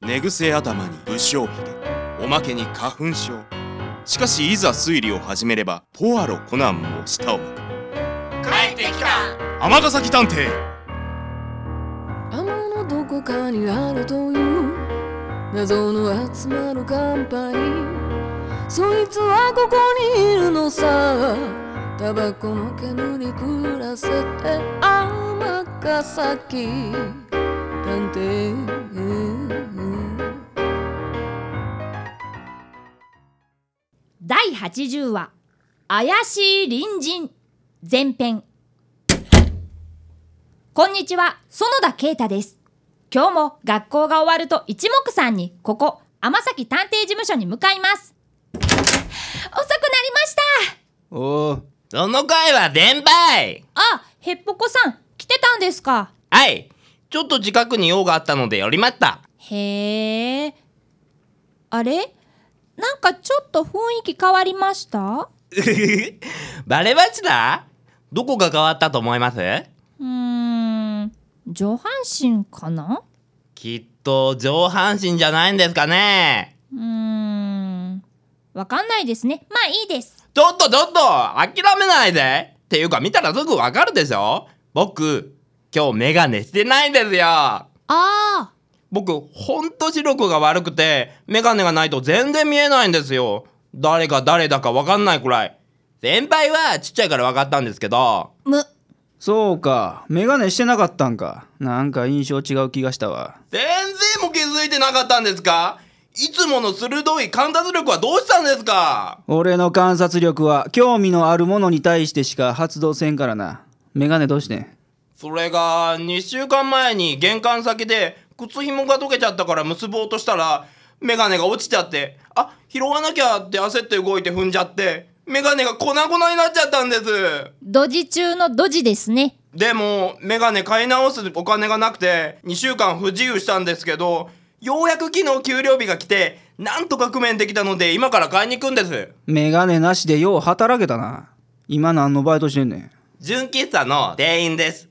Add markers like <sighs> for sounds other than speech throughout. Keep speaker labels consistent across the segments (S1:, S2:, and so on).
S1: 寝癖頭に不祥髭おまけに花粉症しかしいざ推理を始めればポアロコナンも舌を巻く
S2: 帰ってきた
S1: 尼崎探偵
S3: 雨のどこかにあるという謎の集まるカンパニーそいつはここにいるのさタバコの煙に暮らせて天ヶ崎探偵
S4: 第80話「怪しい隣人」前編こんにちは園田啓太です今日も学校が終わると一目散にここ天崎探偵事務所に向かいます遅くなりました
S5: おう
S2: その声はでんばい
S4: あへっぽこさん来てたんですか
S2: はいちょっと近くに用があったので寄りまった
S4: へえあれなんかちょっと雰囲気変わりました
S2: バレましたどこが変わったと思います
S4: うーん上半身かな
S2: きっと上半身じゃないんですかね
S4: うーん。わかんないですね。まあいいです。
S2: ちょっとちょっと諦めないでっていうか見たらすぐわかるでしょ僕今日メガネしてないんですよ
S4: ああ。
S2: 僕ほんと視力が悪くてメガネがないと全然見えないんですよ誰が誰だかわかんないくらい先輩はちっちゃいからわかったんですけど
S4: む、
S5: そうかメガネしてなかったんかなんか印象違う気がしたわ
S2: 全然も気づいてなかったんですかいつもの鋭い観察力はどうしたんですか
S5: 俺の観察力は興味のあるものに対してしか発動せんからなメガネどうしてん
S2: それが2週間前に玄関先で靴紐が溶けちゃったから結ぼうとしたらメガネが落ちちゃってあ拾わなきゃって焦って動いて踏んじゃってメガネが粉々になっちゃったんです
S4: ドジ中のドジですね。
S2: でもメガネ買い直すお金がなくて2週間不自由したんですけどようやく昨日給料日が来てなんとか工面できたので今から買いに行くんです
S5: メガネなしでよう働けたな今何のバイトしてんねん
S2: 純喫茶の店員です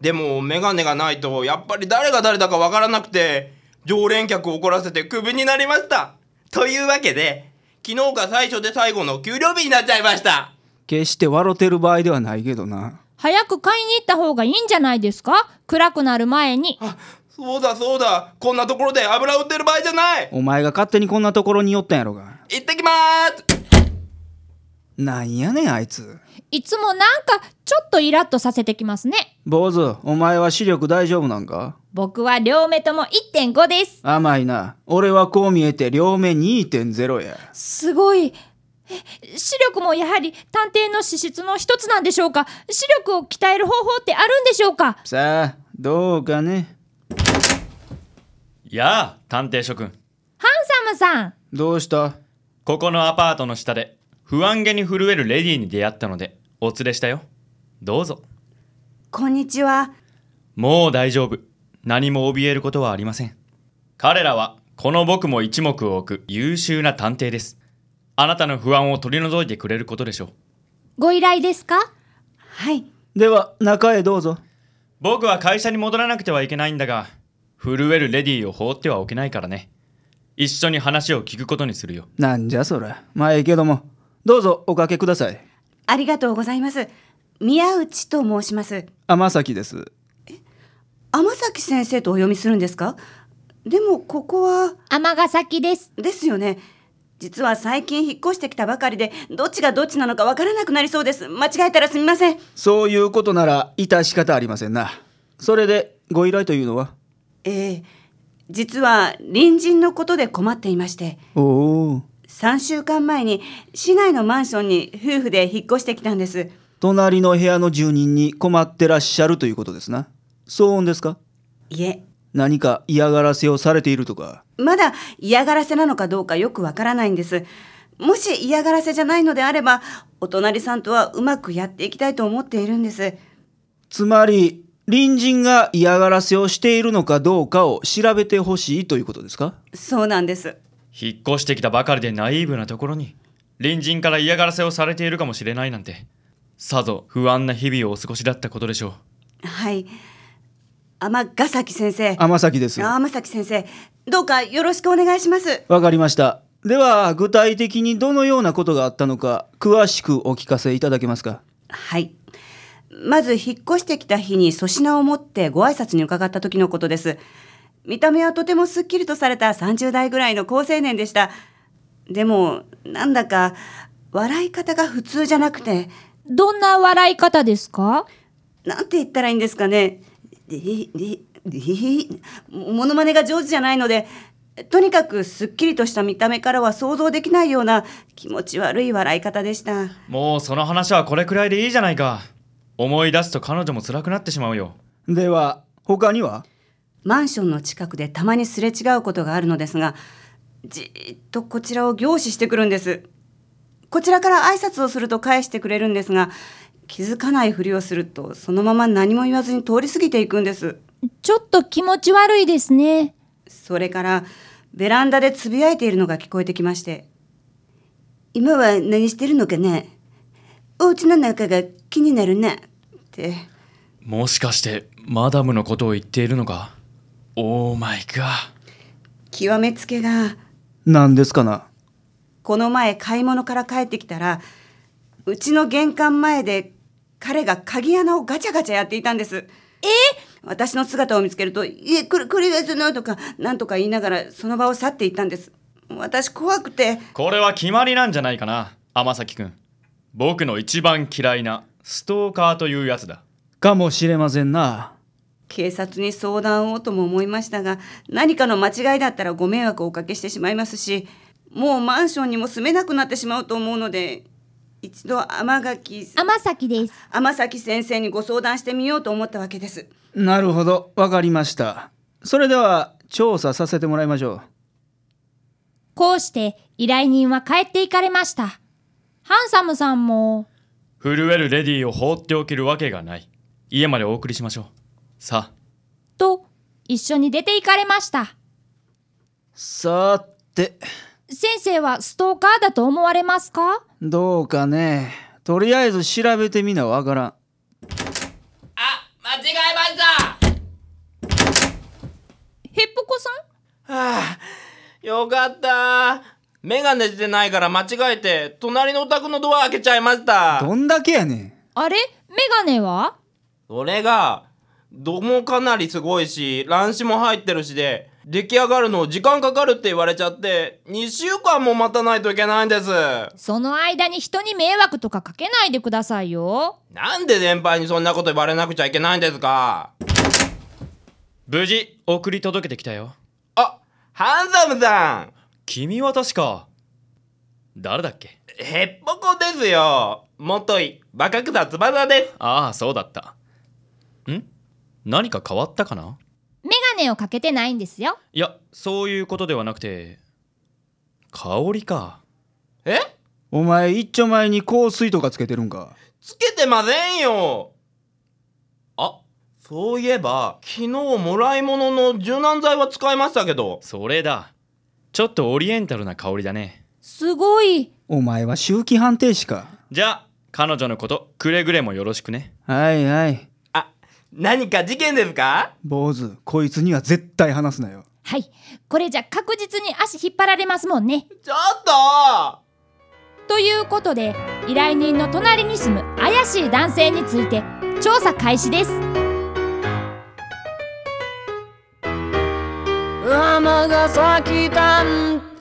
S2: でもメガネがないとやっぱり誰が誰だかわからなくて常連客を怒らせてクビになりましたというわけで昨日が最初で最後の給料日になっちゃいました
S5: 決して笑てる場合ではないけどな
S4: 早く買いに行った方がいいんじゃないですか暗くなる前に。
S2: そうだそうだこんなところで油売ってる場合じゃない
S5: お前が勝手にこんなところに寄ったんやろが
S2: 行ってきまーす
S5: なんやねんあいつ
S4: いつもなんかちょっとイラッとさせてきますね。
S5: 坊主お前は視力大丈夫なんか
S4: 僕は両目とも1.5です。
S5: 甘いな俺はこう見えて両目2.0や
S4: すごい。え視力もやはり探偵の資質の一つなんでしょうか視力を鍛える方法ってあるんでしょうか
S5: さあどうかね
S6: やあ探偵諸君
S4: ハンサムさん。
S5: どうした
S6: ここのアパートの下で不安げに震えるレディーに出会ったのでお連れしたよどうぞ
S7: こんにちは。
S6: もう大丈夫何も怯えることはありません彼らはこの僕も一目を置く優秀な探偵ですあなたの不安を取り除いてくれることでしょう
S4: ご依頼ですか
S7: はい。
S5: では中へどうぞ
S6: 僕は会社に戻らなくてはいけないんだが震えるレディーを放ってはおけないからね一緒に話を聞くことにするよ
S5: なんじゃそらまあええけどもどうぞおかけください
S7: ありがとうございます。宮内と申します。
S5: 天崎です
S7: 天崎先生とお読みするんですかでも、ここは、
S4: 尼崎です。
S7: ですよね。実は最近引っ越してきたばかりで、どっちがどっちなのかわからなくなりそうです。間違えたらすみません。
S5: そういうことなら致し方ありませんなそれでご依頼というのは
S7: ええ実は、隣人のことで困っていまして、
S5: おお
S7: 3週間前に市内のマンションに夫婦で引っ越してきたんです。
S5: 隣の部屋の住人に困ってらっしゃるということですな騒音ですか
S7: いえ、
S5: 何か嫌がらせをされているとか
S7: まだ嫌がらせなのかどうかよくわからないんです。もし嫌がらせじゃないのであれば、お隣さんとはうまくやっていきたいと思っているんです。
S5: つまり隣人が嫌がらせをしているのかどうかを調べてほしいということですか
S7: そうなんです。
S6: 引っ越してきたばかりでナイーブなところに隣人から嫌がらせをされているかもしれないなんてさぞ不安な日々をお過ごしだったことでしょう
S7: はい。天ヶ崎先生。
S5: 天崎です
S7: 天崎先生、どうかよろしくお願いします。
S5: わかりました。では、具体的にどのようなことがあったのか、詳しくお聞かせいただけますか。
S7: はい。まず引っ越してきた日に粗品を持ってご挨拶に伺った時のことです。見た目はとてもすっきりとされた30代ぐらいの高青年でした。でも、なんだか、笑い方が普通じゃなくて、
S4: どんな笑い方ですか
S7: なんて言ったらいいんですかね。りりりモノマネが上手じゃないので、とにかくすっきりとした見た目からは想像できないような気持ち悪い笑い方でした。
S6: もうその話はこれくらいでいいじゃないか思い出すと彼女も辛くなってしまうよ
S5: では、他には
S7: マンションの近くでたまにすれ違うことがあるのですがじーっとこちらを凝視してくるんですこちらから挨拶をすると返してくれるんですが気づかないふりをするとそのまま何も言わずに通り過ぎていくんです
S4: ちょっと気持ち悪いですね。
S7: それからベランダでつぶやいているのが聞こえてきまして今は何してるのかねお家の中が気になるねって
S6: もしかしてマダムのことを言っているのかオーマイか
S7: 極めつけが
S5: 何ですかな
S7: この前買い物から帰ってきたらうちの玄関前で彼が鍵穴をガチャガチャやっていたんですえ私の姿を見つけると「いえこれこれですの」とかなんとか言いながらその場を去っていったんです私怖くて
S6: これは決まりなんじゃないかな天崎くん僕の一番嫌いなストーカーというやつだ
S5: かもしれませんな。
S7: 警察に相談をとも思いましたが何かの間違いだったらご迷惑をおかけしてしまいますしもうマンションにも住めなくなってしまうと思うので一度天垣
S4: 天崎です。
S7: 天崎先生にご相談してみようと思ったわけです
S5: なるほど、わかりました。それでは、調査させてもらいましょう。
S4: こうして依頼人は帰っていかれました。ハンサムさんも、
S6: 震えるレディーを放っておけるわけがない家までお送りしましょうさあ
S4: と一緒に出て行かれました。
S5: さて、
S4: 先生はストーカーだと思われますか
S5: どうかね。とりあえず調べてみなわからん。
S2: あ間違えました
S4: ヘッポコさん
S2: はあ <sighs> よかったメガネしてないから間違えて隣のお宅のドア開けちゃいました
S5: どんだけやねん。
S4: あれメガネは
S2: それが度もかなりすごいし乱視も入ってるしで出来上がるの時間かかるって言われちゃって2週間も待たないといけないんです
S4: その間に人に迷惑とかかけないでくださいよ。
S2: なんで先輩にそんなこと言われなくちゃいけないんですか
S6: 無事送り届けてきたよ
S2: あハンサムさん
S6: 君は確か誰だっけ
S2: へっぽこですよ元い若草翼です
S6: ああそうだったん何か変わったかな
S4: メガネをかけてないんですよ。
S6: いやそういうことではなくて香りか
S2: え
S5: お前、一丁前に香水とかつけてるんか。
S2: つけてませんよあそういえば昨日もらい物の柔軟剤は使いましたけど
S6: それだちょっとオリエンタルな香りだね
S4: すごい。
S5: お前は周期判定士か。
S6: じゃあ彼女のことくれぐれもよろしくね
S5: はいはい。
S2: あ何か事件ですか
S5: 坊主、こいつには絶対話すなよ。
S4: はい。これじゃ確実に足引っ張られますもんね。
S2: ちょっと
S4: ということで依頼人の隣に住む怪しい男性について調査開始です
S3: 尼崎探